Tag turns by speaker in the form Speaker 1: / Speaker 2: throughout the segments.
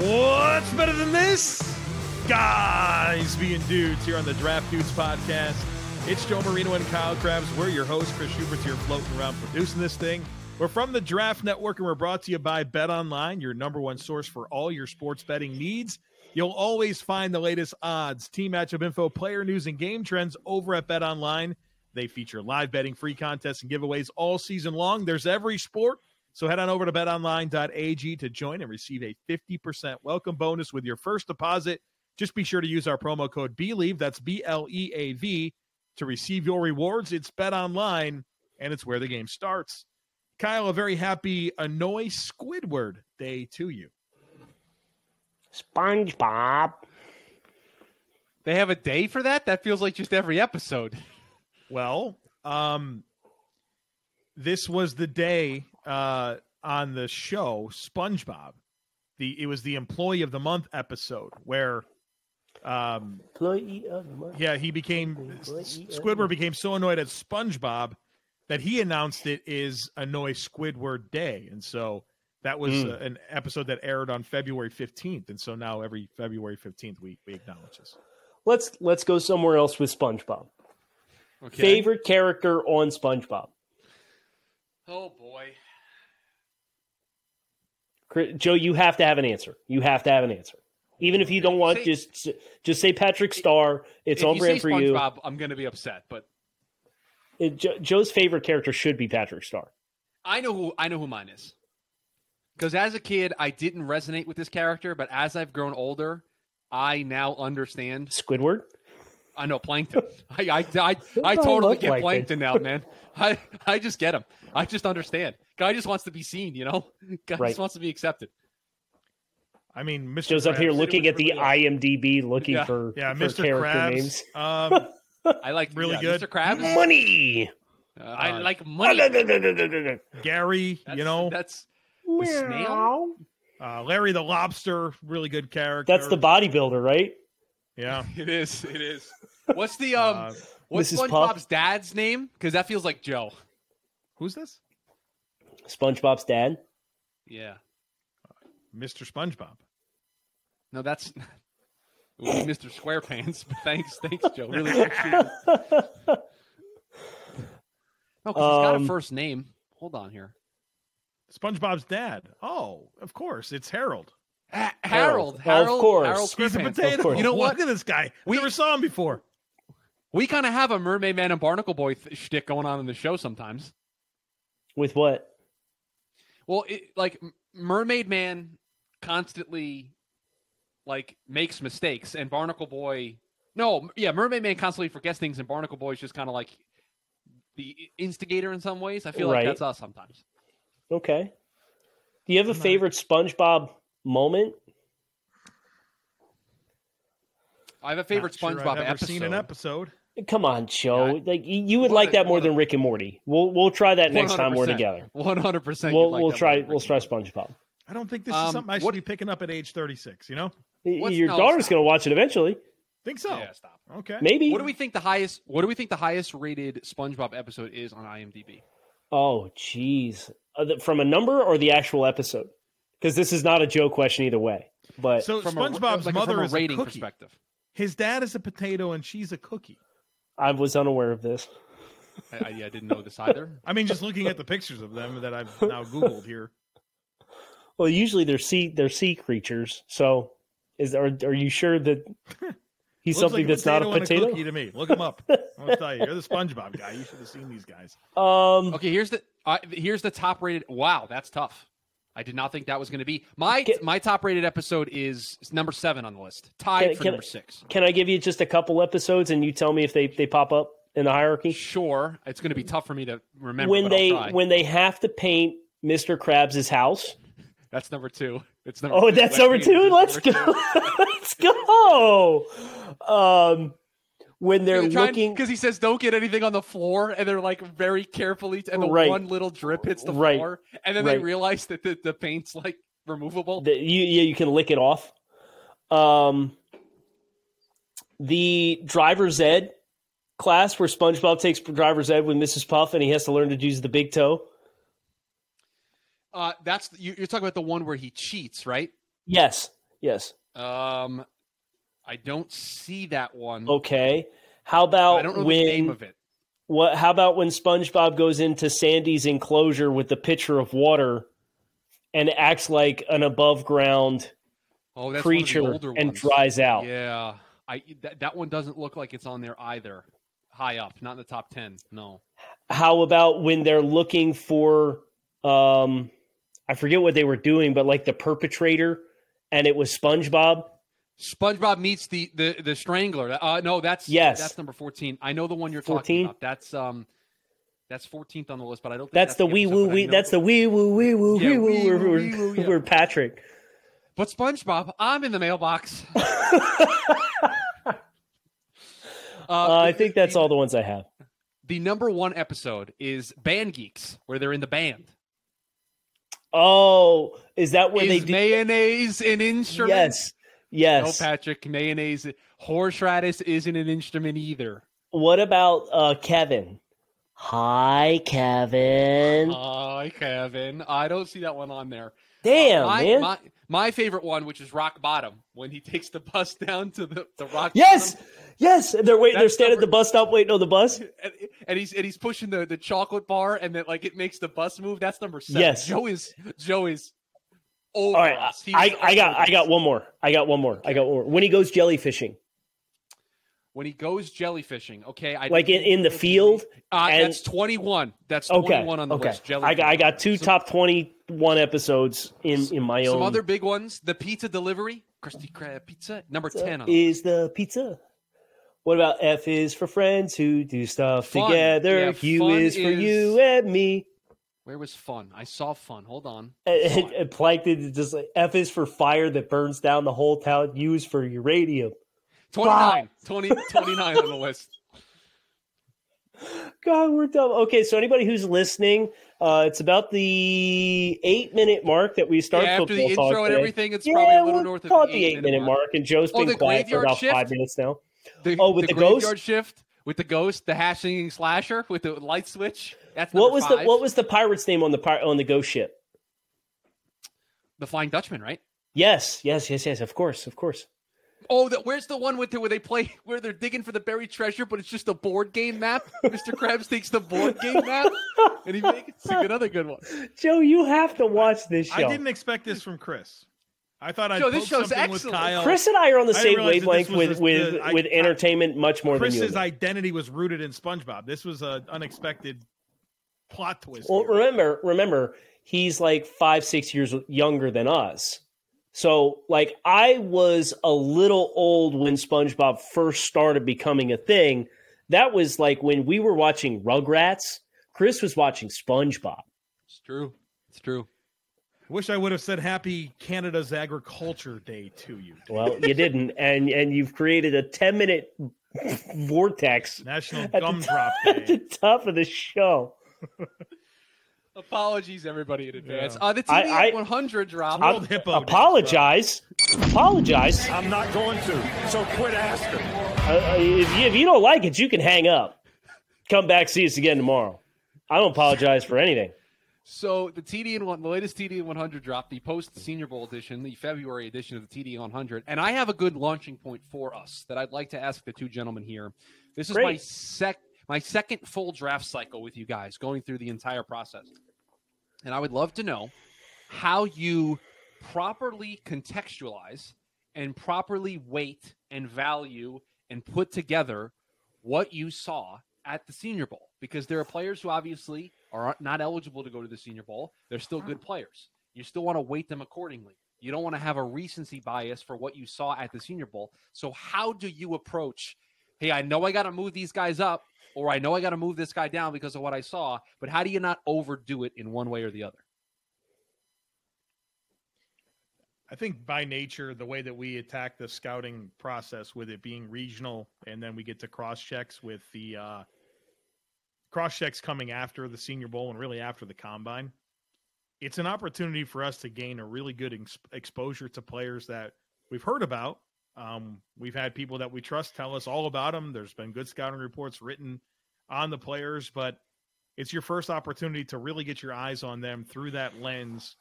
Speaker 1: What's better than this? Guys being dudes here on the Draft Dudes podcast. It's Joe Marino and Kyle Krabs. We're your hosts. Chris Schubert's here floating around producing this thing. We're from the Draft Network and we're brought to you by Bet Online, your number one source for all your sports betting needs. You'll always find the latest odds, team matchup info, player news, and game trends over at Bet Online. They feature live betting, free contests, and giveaways all season long. There's every sport. So head on over to betonline.ag to join and receive a 50% welcome bonus with your first deposit. Just be sure to use our promo code BELIEVE, E. that's B L E A V, to receive your rewards. It's betonline, and it's where the game starts. Kyle, a very happy Annoy Squidward day to you.
Speaker 2: SpongeBob.
Speaker 3: They have a day for that? That feels like just every episode.
Speaker 1: Well, um, this was the day uh, on the show SpongeBob. The it was the Employee of the Month episode where, um,
Speaker 2: Employee of the month.
Speaker 1: yeah, he became Squidward became so annoyed at SpongeBob that he announced it is Annoy Squidward Day, and so that was
Speaker 2: Hmm.
Speaker 1: uh, an episode that aired on February fifteenth, and so now every February fifteenth we we acknowledge this.
Speaker 2: Let's let's go somewhere else with SpongeBob. Favorite character on SpongeBob.
Speaker 3: Oh boy.
Speaker 2: Cri- Joe, you have to have an answer. You have to have an answer. Even if you don't want,
Speaker 3: Say-
Speaker 2: just just say Patrick Star. It's
Speaker 3: if
Speaker 2: on
Speaker 3: you
Speaker 2: brand
Speaker 3: say
Speaker 2: for you.
Speaker 3: SpongeBob, I'm going to be upset, but
Speaker 2: It- Jo- Joe's favorite character should be Patrick Star.
Speaker 3: I know who I know who mine is. Cuz as a kid I didn't resonate with this character, but as I've grown older, I now understand.
Speaker 2: Squidward.
Speaker 3: I know Plankton. I I I, I
Speaker 2: does
Speaker 3: totally
Speaker 2: Oh, look
Speaker 3: get
Speaker 2: like it.
Speaker 3: Plankton now, man. I I just get him. I just understand. Guy just wants to be seen, you know? Guy
Speaker 2: Right.
Speaker 3: just wants to be accepted.
Speaker 1: I mean, Mr.
Speaker 2: Joe's up
Speaker 1: Krabs-
Speaker 2: here
Speaker 3: was
Speaker 2: looking at the
Speaker 3: really-
Speaker 2: IMDb, looking
Speaker 3: Yeah.
Speaker 2: for,
Speaker 1: Yeah,
Speaker 2: for
Speaker 1: Mr.
Speaker 2: character
Speaker 1: Krabs.
Speaker 2: names.
Speaker 1: Um,
Speaker 3: I like
Speaker 1: Really
Speaker 3: yeah,
Speaker 1: good.
Speaker 3: Mr. Krabs.
Speaker 2: Money.
Speaker 3: Uh, I
Speaker 1: Uh,
Speaker 3: like money.
Speaker 1: Gary, you
Speaker 3: That's-
Speaker 1: know,
Speaker 3: That's the snail.
Speaker 1: uh, Larry the Lobster, really good character.
Speaker 2: That's the bodybuilder, right?
Speaker 1: yeah.
Speaker 3: It is. It is. What's the um?
Speaker 1: Uh,
Speaker 3: what's
Speaker 2: Mrs. Puff?
Speaker 3: SpongeBob's dad's name? Because that feels like Joe.
Speaker 1: who's this?
Speaker 2: SpongeBob's dad.
Speaker 3: Yeah.
Speaker 1: Mr. SpongeBob.
Speaker 3: No, that's It would be Mr. Squarepants. But thanks, thanks, Joe. Really appreciate it. No, 'cause he's got
Speaker 2: Um,
Speaker 3: a first name. Hold on here.
Speaker 1: SpongeBob's dad. Oh, of course, it's Harold.
Speaker 3: Ha-
Speaker 2: Harold.
Speaker 3: Harold.
Speaker 2: Of
Speaker 3: Harold.
Speaker 2: course.
Speaker 3: Harold
Speaker 1: He's a
Speaker 3: Squarepants.
Speaker 2: of
Speaker 1: potato.
Speaker 2: course.
Speaker 1: You know what? Look at this guy. We
Speaker 3: We-
Speaker 1: never saw him before.
Speaker 3: We kind of have a Mermaid Man and Barnacle Boy th- shtick going on in the show sometimes.
Speaker 2: With what?
Speaker 3: Well, it, like M- Mermaid Man constantly like makes mistakes, and Barnacle Boy, no, m- yeah, Mermaid Man constantly forgets things, and Barnacle Boy is just kind of like the instigator in some ways. I feel
Speaker 2: Right.
Speaker 3: like that's us sometimes.
Speaker 2: Okay. Do you have a favorite SpongeBob moment?
Speaker 3: I have a favorite
Speaker 1: Not sure
Speaker 3: SpongeBob
Speaker 1: I've ever
Speaker 3: episode.
Speaker 1: seen an episode.
Speaker 2: Come on, Joe.
Speaker 3: Yeah.
Speaker 2: Like you you would
Speaker 3: What
Speaker 2: like
Speaker 3: a-
Speaker 2: that more
Speaker 3: what a-
Speaker 2: than Rick and Morty. We'll we'll try that next time we're
Speaker 3: 100%.
Speaker 2: together.
Speaker 3: One hundred percent.
Speaker 2: We'll we'll try we'll try SpongeBob.
Speaker 1: I don't think this is
Speaker 3: Um,
Speaker 1: something I should
Speaker 3: what-
Speaker 1: be picking up at age 36, you know?
Speaker 3: What's-
Speaker 2: Your
Speaker 3: no,
Speaker 2: daughter's
Speaker 3: stop.
Speaker 2: gonna watch it eventually.
Speaker 1: Think so.
Speaker 3: Yeah, stop.
Speaker 1: Okay.
Speaker 2: Maybe.
Speaker 3: What do we think the highest? What do we think the highest rated SpongeBob episode is on IMDb?
Speaker 2: Oh, jeez. Uh, the- From a number or the actual episode? Because this is not a Joe question either way. But
Speaker 1: So
Speaker 3: From a-
Speaker 1: SpongeBob's
Speaker 3: like,
Speaker 1: mother
Speaker 3: from a
Speaker 1: is a
Speaker 3: rating
Speaker 1: cookie.
Speaker 3: perspective.
Speaker 1: His dad is a potato and she's a cookie.
Speaker 2: I was unaware of this.
Speaker 3: I, I, yeah, I didn't know this either.
Speaker 1: I mean, just looking at the pictures of them that I've now Googled here.
Speaker 2: Well, usually they're sea they're sea creatures. So is are are you sure that he's
Speaker 1: Looks
Speaker 2: something
Speaker 1: like
Speaker 2: that's not a
Speaker 1: and
Speaker 2: potato?
Speaker 1: cookie to me. Look him up. I'll tell you. You're the SpongeBob guy. You should have seen these guys.
Speaker 2: Um
Speaker 3: Okay, here's the uh, here's the top rated. Wow, that's tough. I did not think that was going to be my
Speaker 2: Get-
Speaker 3: my top rated episode is number seven on the list, tied
Speaker 2: Can-
Speaker 3: for
Speaker 2: can-
Speaker 3: number six.
Speaker 2: Can I give you just a couple episodes and you tell me if they, they pop up in the hierarchy?
Speaker 3: Sure, it's going to be tough for me to remember
Speaker 2: when
Speaker 3: but I'll
Speaker 2: they
Speaker 3: try.
Speaker 2: when they have to paint Mr. Krabs' house.
Speaker 3: that's number two. It's number
Speaker 2: Oh,
Speaker 3: two.
Speaker 2: that's
Speaker 3: Like,
Speaker 2: number
Speaker 3: it's
Speaker 2: two.
Speaker 3: number
Speaker 2: Let's
Speaker 3: two.
Speaker 2: go. Let's go. Um, when they're looking,
Speaker 3: because he says don't get anything on the floor, and they're like very carefully, and the
Speaker 2: Right.
Speaker 3: one little drip hits the
Speaker 2: Right.
Speaker 3: floor, and then they
Speaker 2: Right.
Speaker 3: realize that the, the paint's like removable.
Speaker 2: that you yeah, you can lick it off. Um, the driver's ed class where SpongeBob takes driver's ed with Mrs. Puff, and he has to learn to use the big toe.
Speaker 3: Uh, that's you, you're talking about the one where he cheats, right?
Speaker 2: Yes, yes.
Speaker 3: Um, I don't see that one.
Speaker 2: Okay. How
Speaker 3: Mm-hmm. I
Speaker 2: about
Speaker 3: don't know
Speaker 2: when
Speaker 3: the name of it.
Speaker 2: what? How about when SpongeBob goes into Sandy's enclosure with the pitcher of water, and acts like an above ground
Speaker 3: Oh, that's
Speaker 2: creature
Speaker 3: one of the older
Speaker 2: and
Speaker 3: ones.
Speaker 2: dries out.
Speaker 3: Yeah, I that, that one doesn't look like it's on there either. High up, not in the top ten. No.
Speaker 2: How about when they're looking for um I forget what they were doing, but like the perpetrator and it was SpongeBob.
Speaker 3: SpongeBob meets the the the Strangler. Uh, no, that's
Speaker 2: Yes.
Speaker 3: that's number fourteen. I know the one you're
Speaker 2: 14?
Speaker 3: talking about. That's um, that's fourteenth on the list, but I don't. Think
Speaker 2: That's the wee
Speaker 3: episode,
Speaker 2: woo
Speaker 3: but I
Speaker 2: wee
Speaker 3: know-
Speaker 2: that's the wee woo wee woo
Speaker 3: Yeah,
Speaker 2: wee
Speaker 3: wee
Speaker 2: woo
Speaker 3: woo,
Speaker 2: we're, we're,
Speaker 3: wee woo, yeah.
Speaker 2: we're Patrick.
Speaker 3: But SpongeBob, I'm in the mailbox. uh,
Speaker 2: Uh, I think that's
Speaker 3: the,
Speaker 2: all the ones I have.
Speaker 3: The number one episode is Band Geeks, where they're in the band.
Speaker 2: Oh, is that where
Speaker 3: Is
Speaker 2: they do
Speaker 3: mayonnaise an instrument?
Speaker 2: Yes. Yes.
Speaker 3: No, Patrick, mayonnaise, horseradish isn't an instrument either.
Speaker 2: what about uh Kevin? Hi Kevin.
Speaker 3: Uh, Hi, Kevin. I don't see that one on there. Uh,
Speaker 2: Damn,
Speaker 3: my,
Speaker 2: man.
Speaker 3: My, my favorite one, which is Rock Bottom, when he takes the bus down to the, the rock.
Speaker 2: yes.
Speaker 3: bottom,
Speaker 2: Yes, and they're waiting. They're
Speaker 3: That's
Speaker 2: standing at
Speaker 3: number-
Speaker 2: the bus stop waiting on the bus.
Speaker 3: and, and he's and he's pushing the, the chocolate bar, and then like it makes the bus move. That's number seven.
Speaker 2: Yes.
Speaker 3: Joe is Joe is. Over
Speaker 2: All right,
Speaker 3: us. He's
Speaker 2: I, I got
Speaker 3: over
Speaker 2: I
Speaker 3: us.
Speaker 2: got one more. I got one more. I got one more. When he goes jellyfishing,
Speaker 3: when he goes jellyfishing. Okay, I
Speaker 2: like in, in the field.
Speaker 3: Uh,
Speaker 2: and-
Speaker 3: that's twenty one. That's
Speaker 2: Okay.
Speaker 3: twenty one on the
Speaker 2: okay.
Speaker 3: list.
Speaker 2: I got I got two
Speaker 3: Some-
Speaker 2: top twenty one episodes in in my
Speaker 3: Some
Speaker 2: own.
Speaker 3: other big ones: the pizza delivery, Krusty Krab pizza, number ten. On the
Speaker 2: is the pizza. What about F is for friends who do stuff
Speaker 3: Fun.
Speaker 2: together.
Speaker 3: Yeah,
Speaker 2: U
Speaker 3: fun
Speaker 2: is for
Speaker 3: is-
Speaker 2: you and me.
Speaker 3: Where was fun? I saw fun. Hold on.
Speaker 2: And, and Plankton is just like F is for fire that burns down the whole town. U is for uranium.
Speaker 3: 29. 20, 29 on the list.
Speaker 2: God, we're dumb. Okay, so anybody who's listening, uh, it's about the eight minute mark that we start
Speaker 3: Yeah, after the
Speaker 2: football
Speaker 3: intro
Speaker 2: talk
Speaker 3: and
Speaker 2: today.
Speaker 3: everything, it's probably a little
Speaker 2: we'll
Speaker 3: north of
Speaker 2: call
Speaker 3: the
Speaker 2: it the eight, minute mark. and Joe's
Speaker 3: Oh,
Speaker 2: been
Speaker 3: the
Speaker 2: quiet for
Speaker 3: graveyard
Speaker 2: about
Speaker 3: shift?
Speaker 2: five minutes now.
Speaker 3: The,
Speaker 2: Oh, with the
Speaker 3: graveyard
Speaker 2: ghost?
Speaker 3: shift with the ghost, the hashing slasher with the light switch. That's
Speaker 2: What
Speaker 3: number
Speaker 2: was the
Speaker 3: five.
Speaker 2: what was the pirate's name on the pir- on the ghost ship?
Speaker 3: the Flying Dutchman, right?
Speaker 2: Yes, yes, yes, yes. Of course, of course.
Speaker 3: Oh, the, where's the one with the, where they play where they're digging for the buried treasure, but it's just a board game map. Mr. Krabs takes the board game map and he makes it's a good- another good one.
Speaker 2: Joe, you have to watch this
Speaker 1: I
Speaker 2: show.
Speaker 1: didn't expect this from Chris. I thought I'd
Speaker 3: Joe,
Speaker 1: poke
Speaker 3: this show's
Speaker 1: something with
Speaker 3: excellent.
Speaker 1: Kyle.
Speaker 2: Chris and I are on the
Speaker 1: I didn't
Speaker 2: same
Speaker 1: realize that
Speaker 2: wavelength
Speaker 1: this
Speaker 2: with
Speaker 1: was
Speaker 2: with
Speaker 1: the- I-
Speaker 2: with
Speaker 1: I-
Speaker 2: entertainment much more than you.
Speaker 1: Chris's
Speaker 2: and me.
Speaker 1: identity was rooted in SpongeBob. This was an unexpected plot twist.
Speaker 2: Well,
Speaker 1: here.
Speaker 2: remember, remember, he's like five, six years younger than us. So, like, I was a little old when SpongeBob first started becoming a thing. That was like when we were watching Rugrats. Chris was watching SpongeBob.
Speaker 3: It's true. It's true.
Speaker 1: Wish I would have said Happy Canada's Agriculture Day to you.
Speaker 2: Well, you didn't, and and you've created a ten minute vortex
Speaker 1: National
Speaker 2: the
Speaker 1: Gumdrop
Speaker 2: at the
Speaker 1: Day.
Speaker 2: top of the show.
Speaker 3: Apologies, everybody, in advance.
Speaker 1: Yeah.
Speaker 3: Uh, the TV
Speaker 2: I- I-
Speaker 3: 100 dropped.
Speaker 1: World Hippo Day,
Speaker 2: Apologize, apologize.
Speaker 4: I'm not going to. So quit asking.
Speaker 2: Uh, if, you, if you don't like it, you can hang up. Come back, see us again tomorrow. I don't apologize for anything.
Speaker 3: So the TD and one, the latest TD and 100 dropped the post Senior Bowl edition, the February edition of the TD 100, and I have a good launching point for us that I'd like to ask the two gentlemen here. This is my
Speaker 2: Great.
Speaker 3: sec my second full draft cycle with you guys, going through the entire process, and I would love to know how you properly contextualize and properly weight and value and put together what you saw at the Senior Bowl because there are players who obviously are not eligible to go to the Senior Bowl. They're still good players. You still want to weight them accordingly. You don't want to have a recency bias for what you saw at the Senior Bowl. So, how do you approach? Hey, I know I got to move these guys up, or I know I got to move this guy down because of what I saw. But how do you not overdo it in one way or the other?
Speaker 1: I think by nature, the way that we attack the scouting process with it being regional, and then we get to cross checks with the uh, cross checks coming after the Senior Bowl and really after the combine. It's an opportunity for us to gain a really good ex- exposure to players that we've heard about. Um, we've had people that we trust tell us all about them. There's been good scouting reports written on the players, but it's your first opportunity to really get your eyes on them through that lens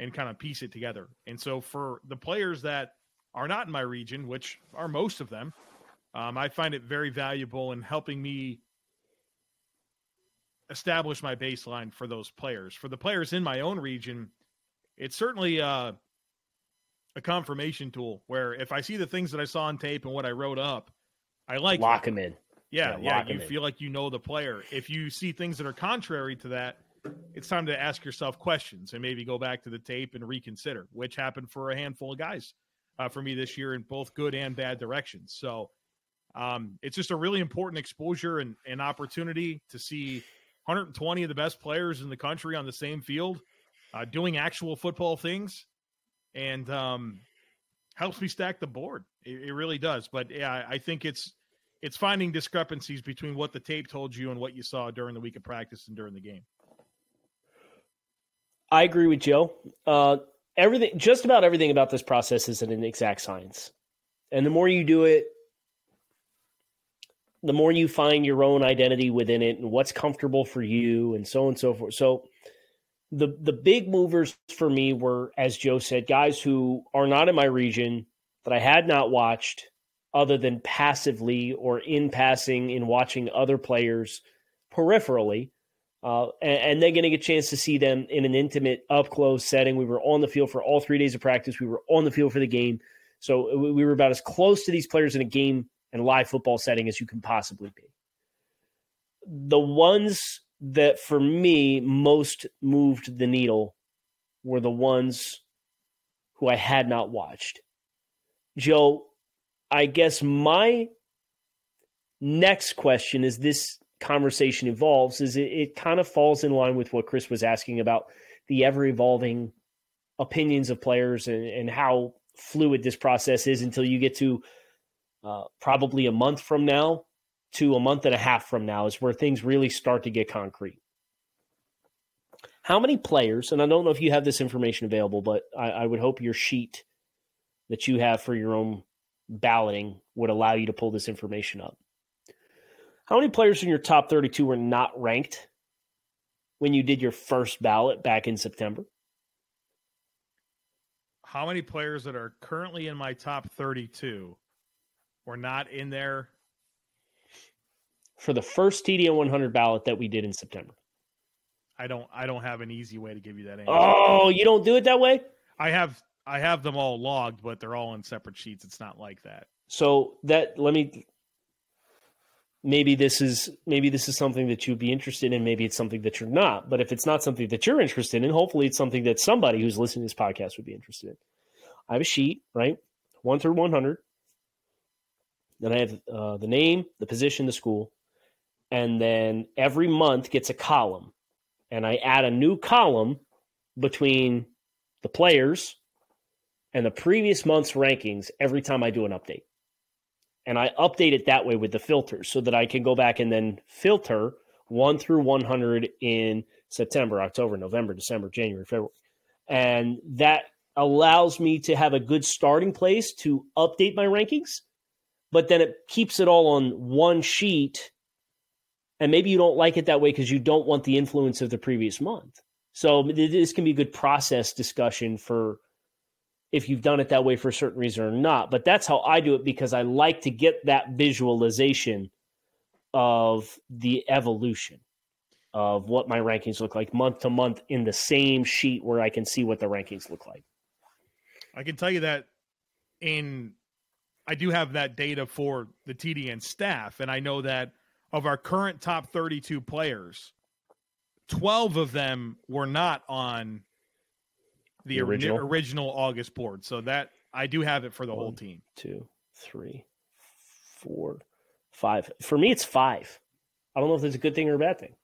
Speaker 1: and kind of piece it together. And so for the players that are not in my region, which are most of them, um, I find it very valuable in helping me establish my baseline for those players. For the players in my own region, it's certainly uh, a confirmation tool where if I see the things that I saw on tape and what I wrote up, I like
Speaker 2: Lock him in.
Speaker 1: yeah,
Speaker 2: Yeah,
Speaker 1: yeah.
Speaker 2: lock 'em
Speaker 1: You
Speaker 2: in.
Speaker 1: feel like you know the player. If you see things that are contrary to that, it's time to ask yourself questions and maybe go back to the tape and reconsider, which happened for a handful of guys uh, for me this year in both good and bad directions. So um, it's just a really important exposure and, and opportunity to see 120 of the best players in the country on the same field uh, doing actual football things and um, helps me stack the board. It, it really does. But yeah, I- I think it's it's finding discrepancies between what the tape told you and what you saw during the week of practice and during the game.
Speaker 2: I agree with Joe. Uh, everything, just about everything about this process isn't an exact science, and the more you do it, the more you find your own identity within it and what's comfortable for you, and so on and so forth. So, the the big movers for me were, as Joe said, guys who are not in my region that I had not watched, other than passively or in passing in watching other players peripherally uh, and, and then getting a chance to see them in an intimate, up close setting. We were on the field for all three days of practice. We were on the field for the game, so uh, we we were about as close to these players in a game and live football setting as you can possibly be. The ones that for me most moved the needle were the ones who I had not watched. Joe, I guess my next question is this conversation evolves is it, it kind of falls in line with what Chris was asking about the ever evolving opinions of players and, and how fluid this process is until you get to uh, probably a month from now to a month and a half from now is where things really start to get concrete. How many players, and I don't know if you have this information available, but I, I would hope your sheet that you have for your own balloting would allow you to pull this information up. How many players in your top 32 were not ranked when you did your first ballot back in September?
Speaker 1: How many players that are currently in my top 32 were not in there?
Speaker 2: For the first TDN 100 ballot that we did in September.
Speaker 1: I don't I don't have an easy way to give you that answer.
Speaker 2: Oh, you don't do it that way?
Speaker 1: I have I have them all logged, but they're all in separate sheets. It's not like that.
Speaker 2: So that let me maybe this is maybe this is something that you'd be interested in, maybe it's something that you're not. But if it's not something that you're interested in, hopefully it's something that somebody who's listening to this podcast would be interested in. I have a sheet, right? One through one hundred. Then I have uh, the name, the position, the school, and then every month gets a column, and I add a new column between the players and the previous month's rankings every time I do an update. And I update it that way with the filters so that I can go back and then filter one through 100 in September, October, November, December, January, February. And that allows me to have a good starting place to update my rankings, but then it keeps it all on one sheet. And maybe you don't like it that way because you don't want the influence of the previous month. So th- this can be a good process discussion for if you've done it that way for a certain reason or not. But that's how I do it because I like to get that visualization of the evolution of what my rankings look like month to month in the same sheet where I can see what the rankings look like.
Speaker 1: I can tell you that in I do have that data for the TDN staff, and I know that of our current top 32 players, 12 of them were not on the,
Speaker 2: The
Speaker 1: ori-
Speaker 2: original? Oh.
Speaker 1: original. August board. So that I do have it for the whole
Speaker 2: One.
Speaker 1: team.
Speaker 2: two, three, four, five. For me, it's five. I don't know if that's a good thing or a bad thing.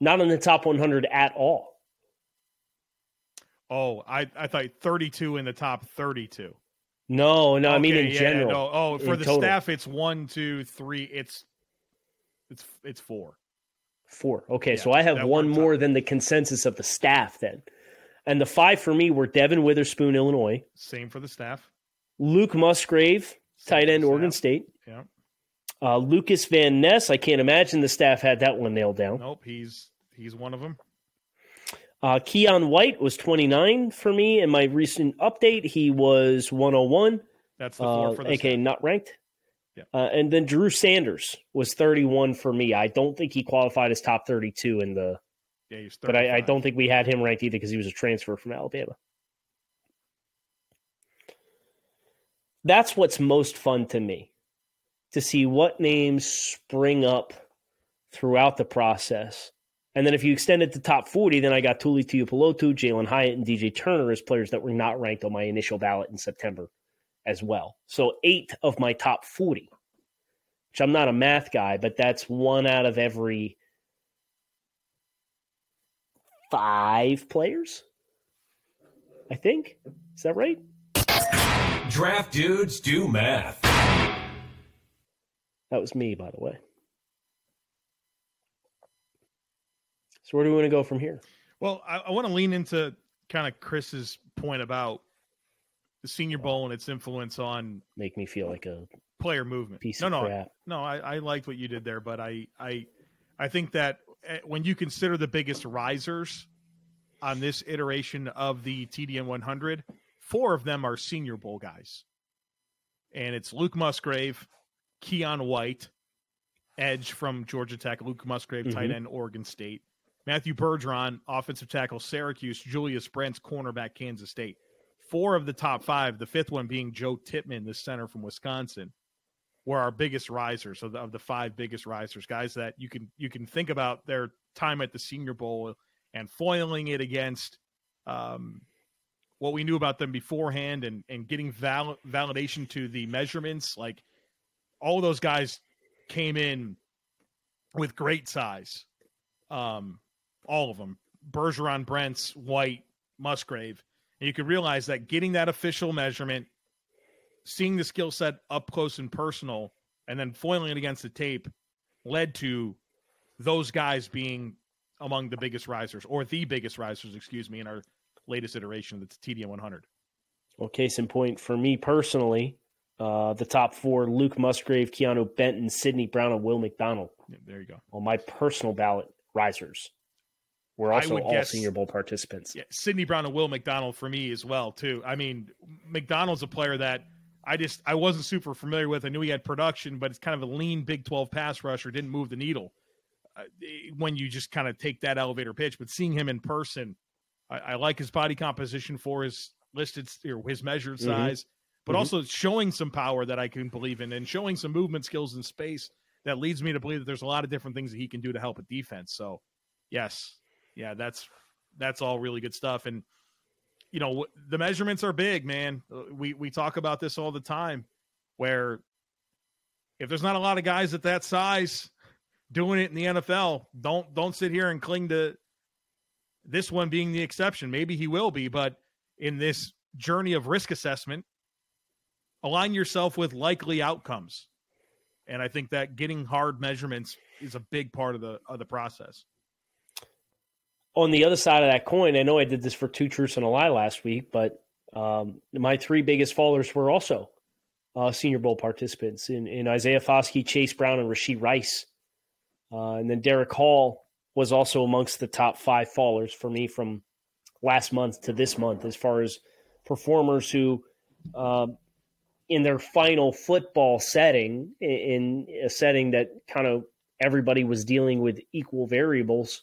Speaker 2: Not in the top 100 at all.
Speaker 1: Oh, I, I thought 32 in the top 32.
Speaker 2: No, no, I mean
Speaker 1: Okay,
Speaker 2: in
Speaker 1: yeah,
Speaker 2: general.
Speaker 1: no. Oh, for
Speaker 2: in
Speaker 1: the
Speaker 2: total.
Speaker 1: staff, it's one, two, three. It's it's it's four.
Speaker 2: Four. Okay, so
Speaker 1: Yeah,
Speaker 2: I have
Speaker 1: that
Speaker 2: one
Speaker 1: works
Speaker 2: more than the consensus of the staff then. And the five for me were Devin Witherspoon, Illinois,
Speaker 1: Same for the staff.
Speaker 2: Luke Musgrave,
Speaker 1: Same
Speaker 2: tight
Speaker 1: for
Speaker 2: end,
Speaker 1: the
Speaker 2: Oregon
Speaker 1: staff.
Speaker 2: State,
Speaker 1: Yeah.
Speaker 2: uh, Lucas Van Ness. I can't imagine the staff had that one nailed down.
Speaker 1: Nope. He's he's one of them.
Speaker 2: Uh, Keon White was 29 for me in my recent update. He was 101,
Speaker 1: That's the four
Speaker 2: uh,
Speaker 1: for the
Speaker 2: aka not ranked.
Speaker 1: Yeah.
Speaker 2: Uh, and then Drew Sanders was 31 for me. I don't think he qualified as top 32 in the,
Speaker 1: Yeah, he's
Speaker 2: but I, I
Speaker 1: 35.
Speaker 2: don't think we had him ranked either because he was a transfer from Alabama. That's what's most fun to me to see what names spring up throughout the process. And then if you extend it to top 40, then I got Tuli Tuipulotu, Jalen Hyatt, and DJ Turner as players that were not ranked on my initial ballot in September as well. So eight of my top 40, which I'm not a math guy, but that's one out of every five players, I think. Is that right?
Speaker 5: Draft Dudes Do Math.
Speaker 2: That was me, by the way. So where do we want to go from here?
Speaker 1: Well, I, I want to lean into kind of Chris's point about the Senior
Speaker 2: Oh.
Speaker 1: Bowl and its influence on
Speaker 2: Make me feel like a
Speaker 1: player movement.
Speaker 2: piece
Speaker 1: no,
Speaker 2: of
Speaker 1: no,
Speaker 2: crap.
Speaker 1: no. I, I liked what you did there, but I, I, I think that eh, when you consider the biggest risers on this iteration of the TDN 100, four of them are Senior Bowl guys, and it's Luke Musgrave, Keon White, edge from Georgia Tech, Luke Musgrave, tight
Speaker 2: Mhm.
Speaker 1: end, Oregon State, Matthew Bergeron, offensive tackle, Syracuse, Julius Brents, cornerback, Kansas State. Four of the top five, the fifth one being Joe Tittman, the center from Wisconsin were our biggest risers of the, of the five biggest risers, guys that you can you can think about their time at the Senior Bowl and foiling it against um, what we knew about them beforehand, and and getting val- validation to the measurements. Like all those guys came in with great size, um, all of them: Bergeron, Brents, White, Musgrave. And you could realize that getting that official measurement seeing the skill set up close and personal and then foiling it against the tape led to those guys being among the biggest risers or the biggest risers, excuse me, in our latest iteration of the TDM 100.
Speaker 2: Well, case in point for me personally, uh, the top four: Luke Musgrave, Keanu Benton, Sidney Brown, and Will McDonald.
Speaker 1: Yeah, There you go.
Speaker 2: On my personal ballot, risers. We're
Speaker 1: I
Speaker 2: also
Speaker 1: would
Speaker 2: all
Speaker 1: guess-
Speaker 2: Senior Bowl participants.
Speaker 1: Yeah, Sidney Brown and Will McDonald for me as well too. I mean, McDonald's a player that I just I wasn't super familiar with. I knew he had production, but it's kind of a lean Big Twelve pass rusher. Didn't move the needle uh, eh, when you just kind of take that elevator pitch. But seeing him in person, I, I like his body composition for his listed s- or his measured
Speaker 2: Mhm.
Speaker 1: size, but
Speaker 2: Mhm.
Speaker 1: also showing some power that I can believe in and showing some movement skills in space that leads me to believe that there's a lot of different things that he can do to help a defense. So, yes, yeah, that's that's all really good stuff. And you know, w- the measurements are big, man. Uh, We we talk about this all the time, where if there's not a lot of guys at that size doing it in the NFL, don't don't sit here and cling to this one being the exception. Maybe he will be, but in this journey of risk assessment, align yourself with likely outcomes. And I think that getting hard measurements is a big part of the of the process.
Speaker 2: on the other side of that coin, I know I did this for two truths and a lie last week, but um, my three biggest fallers were also uh, Senior Bowl participants in, in Isaiah Foskey, Chase Brown, and Rasheed Rice. Uh, and then Derek Hall was also amongst the top five fallers for me from last month to this month as far as performers who, um in their final football setting, i- in a setting that kind of everybody was dealing with equal variables,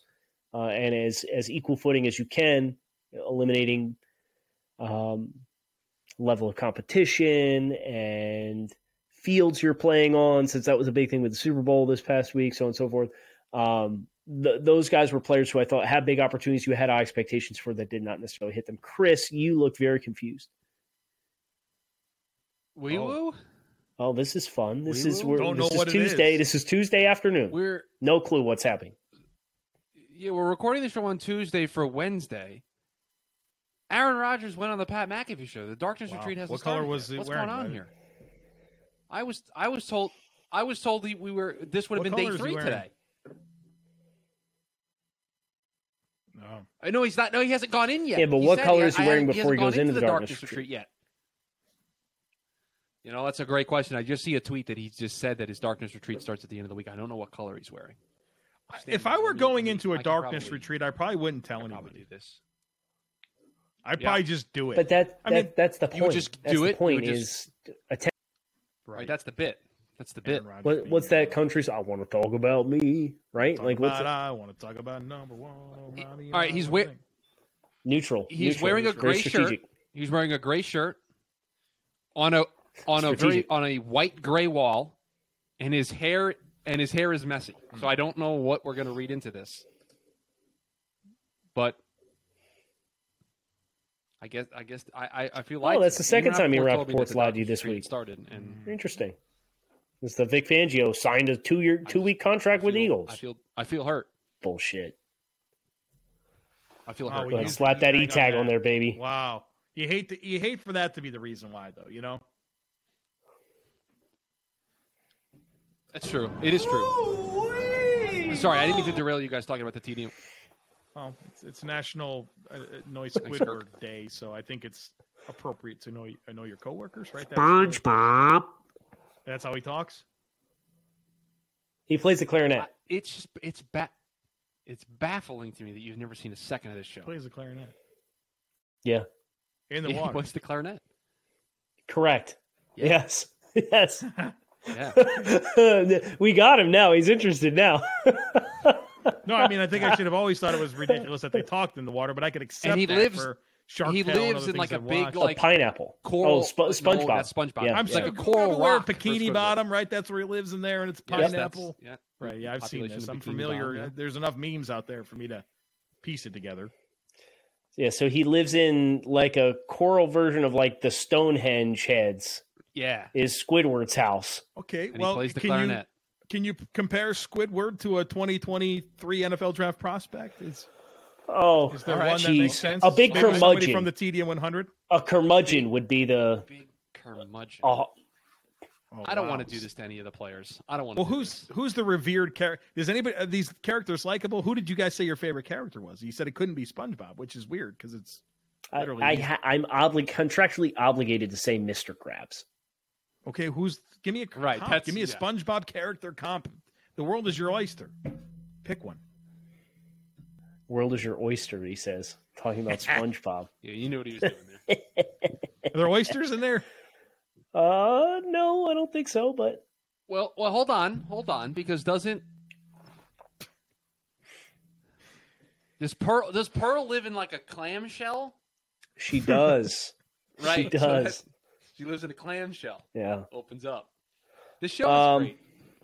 Speaker 2: uh, and as as equal footing as you can, eliminating um, level of competition and fields you're playing on, since that was a big thing with the Super Bowl this past week, so on and so forth. Um, th- those guys were players who I thought had big opportunities, who had high expectations for that did not necessarily hit them. Chris, you look very confused.
Speaker 3: Wee woo?
Speaker 2: Oh, this is fun. This
Speaker 3: We
Speaker 2: is
Speaker 3: will-
Speaker 2: we're,
Speaker 1: don't
Speaker 2: this
Speaker 1: know
Speaker 2: is
Speaker 1: what it
Speaker 2: Tuesday.
Speaker 1: is.
Speaker 2: This is Tuesday afternoon.
Speaker 3: We're
Speaker 2: no clue what's happening.
Speaker 3: yeah, we're recording the show on Tuesday for Wednesday. Aaron Rodgers went on the Pat McAfee show. The Darkness
Speaker 1: Wow.
Speaker 3: Retreat has
Speaker 1: What
Speaker 3: not started
Speaker 1: color was
Speaker 3: yet.
Speaker 1: he
Speaker 3: What's
Speaker 1: wearing,
Speaker 3: going on
Speaker 1: by the
Speaker 3: here? I was I was told I was told he- we were this would have
Speaker 1: What
Speaker 3: been
Speaker 1: color
Speaker 3: day
Speaker 1: is he
Speaker 3: three
Speaker 1: wearing?
Speaker 3: today.
Speaker 1: No.
Speaker 3: I know he's not. No, he hasn't gone in yet.
Speaker 2: Yeah, but
Speaker 3: He
Speaker 2: what
Speaker 3: said
Speaker 2: color is he
Speaker 3: ha- I
Speaker 2: wearing
Speaker 3: haven't-
Speaker 2: before he goes
Speaker 3: hasn't gone
Speaker 2: into the darkness retreat?
Speaker 3: yet? You know, that's a great question. I just see a tweet that he just said that his darkness retreat starts at the end of the week. I don't know what color he's wearing.
Speaker 1: If I were
Speaker 3: Let me-
Speaker 1: going
Speaker 3: let me-
Speaker 1: into
Speaker 3: I
Speaker 1: a
Speaker 3: could
Speaker 1: darkness
Speaker 3: probably-
Speaker 1: retreat, I probably wouldn't
Speaker 3: I
Speaker 1: tell
Speaker 3: could probably
Speaker 1: anybody.
Speaker 3: do this.
Speaker 1: I'd
Speaker 3: Yeah.
Speaker 1: probably just do it.
Speaker 2: But that,
Speaker 1: I
Speaker 2: that
Speaker 1: mean,
Speaker 2: that's the
Speaker 3: you
Speaker 2: point.
Speaker 3: would just
Speaker 2: that's
Speaker 3: do
Speaker 2: the
Speaker 3: it. You
Speaker 2: point
Speaker 3: would just-
Speaker 2: is attend-
Speaker 3: Right, that's the bit. That's the bit.
Speaker 1: Aaron Rodgers
Speaker 2: what,
Speaker 1: being
Speaker 2: what's
Speaker 1: here.
Speaker 2: that country's? I want to talk about me, right?
Speaker 1: Talk
Speaker 2: like what's
Speaker 1: about
Speaker 2: it?
Speaker 3: uh,
Speaker 1: I want to talk about number one. Robbie,
Speaker 3: all right, he's
Speaker 1: I
Speaker 3: wear-
Speaker 1: think.
Speaker 2: neutral.
Speaker 3: He's
Speaker 2: neutral,
Speaker 3: wearing a
Speaker 2: very
Speaker 3: gray shirt
Speaker 2: strategic.
Speaker 3: He's wearing a gray shirt on a on a very
Speaker 2: Strategic.
Speaker 3: on a white gray wall, and his hair and his hair is messy. So I don't know what we're gonna read into this, but I guess I guess I I, I feel like
Speaker 2: Oh, that's the second time Ian Rappaport's lied to you this week. Mm-hmm.
Speaker 3: Started and
Speaker 2: Interesting. It's the Vic Fangio signed a two year, two week contract with
Speaker 3: I feel-
Speaker 2: Eagles.
Speaker 3: I feel I feel hurt.
Speaker 2: Bullshit.
Speaker 3: I feel
Speaker 1: Oh,
Speaker 3: hurt.
Speaker 1: we
Speaker 2: Go ahead,
Speaker 1: used to
Speaker 2: slap
Speaker 1: be
Speaker 2: that
Speaker 1: big
Speaker 2: e
Speaker 1: on
Speaker 2: tag on
Speaker 1: that.
Speaker 2: there, baby.
Speaker 1: Wow, you hate to, you hate for that to be the reason why, though. You know,
Speaker 3: That's true. It is true. Sorry, I didn't mean to derail you guys talking about the TD.
Speaker 1: well, it's, it's National uh, Annoy
Speaker 3: Thanks,
Speaker 1: Squidward Day, so I think it's appropriate to know annoy your coworkers, right? That's, that's how he talks.
Speaker 2: He plays the clarinet.
Speaker 3: I- It's just, it's ba- it's baffling to me that you've never seen a second of this show.
Speaker 1: Plays the clarinet.
Speaker 2: Yeah.
Speaker 1: in the
Speaker 3: Yeah,
Speaker 1: water.
Speaker 3: What's the clarinet?
Speaker 2: Correct.
Speaker 3: Yeah.
Speaker 2: Yes. Yes.
Speaker 3: Yeah.
Speaker 2: Oh, we got him now. He's interested now.
Speaker 1: No, I mean, I think I should have always thought it was ridiculous that they talked in the water, but I could accept
Speaker 3: he
Speaker 1: that
Speaker 3: lives-
Speaker 1: for Shark
Speaker 3: he
Speaker 1: Tale and
Speaker 3: lives
Speaker 1: other
Speaker 3: in, like,
Speaker 1: things
Speaker 3: a
Speaker 1: I've
Speaker 3: big,
Speaker 1: watched.
Speaker 3: like,
Speaker 2: pineapple. Oh,
Speaker 3: Coral.
Speaker 2: Spo- SpongeBob.
Speaker 3: No, that's SpongeBob.
Speaker 2: Yeah.
Speaker 1: I'm
Speaker 2: Yeah.
Speaker 1: sick
Speaker 3: sorry.
Speaker 1: of coral wear
Speaker 3: rock for
Speaker 1: bikini
Speaker 3: Squidward.
Speaker 1: bottom, right? That's where he lives in there, and it's
Speaker 3: Yes,
Speaker 1: pineapple.
Speaker 3: that's- yeah.
Speaker 1: Right. Yeah, I've seen
Speaker 3: Population
Speaker 1: this.
Speaker 3: of
Speaker 1: I'm
Speaker 3: Bikini
Speaker 1: familiar.
Speaker 3: Bottom, yeah.
Speaker 1: There's enough memes out there for me to piece it together.
Speaker 2: Yeah, so he lives in like a coral version of like the Stonehenge heads
Speaker 3: Yeah.
Speaker 2: is Squidward's house.
Speaker 1: Okay.
Speaker 3: And
Speaker 1: well,
Speaker 3: he plays the
Speaker 1: can
Speaker 3: clarinet.
Speaker 1: you can you compare Squidward to a 2023 NFL draft prospect? Is,
Speaker 2: Oh,
Speaker 1: is there
Speaker 3: All right.
Speaker 1: one that makes
Speaker 2: Jeez.
Speaker 1: sense?
Speaker 2: A big
Speaker 1: Maybe somebody
Speaker 2: curmudgeon.
Speaker 1: from the TDM 100.
Speaker 2: a curmudgeon would be the.
Speaker 3: Big curmudgeon.
Speaker 2: Oh,
Speaker 1: Oh,
Speaker 3: I don't
Speaker 1: wow.
Speaker 3: want to do this to any of the players. I don't want to.
Speaker 1: Well, who's who's the revered character? Is anybody are these characters likable? Who did you guys say your favorite character was? You said it couldn't be SpongeBob, which is weird because it's
Speaker 2: I,
Speaker 1: Literally.
Speaker 2: I ha- I'm obli- contractually obligated to say Mr. Krabs.
Speaker 1: okay. Who's give me a
Speaker 3: Right,
Speaker 1: comp,
Speaker 3: that's-
Speaker 1: give me a
Speaker 3: yeah.
Speaker 1: SpongeBob character comp. The world is your oyster. Pick one.
Speaker 2: World is your oyster, he says, talking about SpongeBob.
Speaker 3: Yeah, you knew what he was doing there.
Speaker 1: Are there oysters in there?
Speaker 2: Uh, no, I don't think so, but
Speaker 3: well, well, hold on, hold on, because doesn't does Pearl does Pearl live in like a clamshell?
Speaker 2: she does.
Speaker 3: Right.
Speaker 2: She
Speaker 3: So that-
Speaker 2: does.
Speaker 3: She lives in a clamshell.
Speaker 2: Yeah.
Speaker 3: Opens up. The show is
Speaker 2: Um,
Speaker 3: great.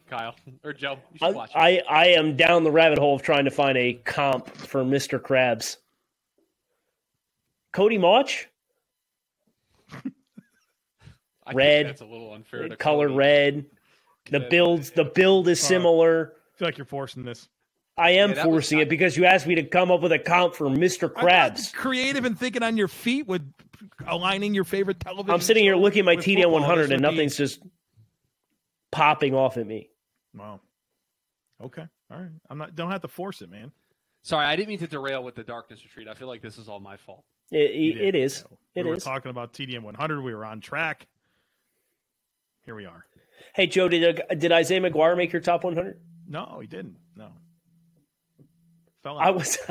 Speaker 3: Kyle or Joe, you should
Speaker 2: I,
Speaker 3: watch it.
Speaker 2: I, I am down the rabbit hole of trying to find a comp for Mr. Krabs. Cody Mauch?
Speaker 3: I think
Speaker 2: red,
Speaker 3: That's a little unfair. To
Speaker 2: color
Speaker 3: Cody.
Speaker 2: red. The
Speaker 3: Yeah.
Speaker 2: builds the build is
Speaker 1: Uh,
Speaker 2: similar.
Speaker 1: I feel like you're forcing this.
Speaker 2: I am
Speaker 3: yeah, that was
Speaker 2: forcing
Speaker 3: not-
Speaker 2: it because you asked me to come up with a comp for Mr.
Speaker 1: I'm not
Speaker 2: Krabs.
Speaker 1: creative and thinking on your feet with aligning your favorite television.
Speaker 2: I'm sitting here
Speaker 1: show
Speaker 2: looking at my
Speaker 1: with
Speaker 2: TDM
Speaker 1: football.
Speaker 2: 100
Speaker 1: This
Speaker 2: and
Speaker 1: would be-
Speaker 2: nothing's just popping off at me.
Speaker 1: Wow. Okay. All right. I'm not. Don't have to force it, man.
Speaker 3: Sorry, I didn't mean to derail with the darkness retreat. I feel like this is all my fault.
Speaker 2: It, it,
Speaker 1: did.
Speaker 2: it is.
Speaker 1: We
Speaker 2: It
Speaker 1: were
Speaker 2: is.
Speaker 1: talking about TDM 100. We were on track. Here we are.
Speaker 2: Hey Joe, did uh, did Isaiah McGuire make your top 100?
Speaker 1: No, he didn't. No. Fell
Speaker 2: I
Speaker 1: out.
Speaker 2: was.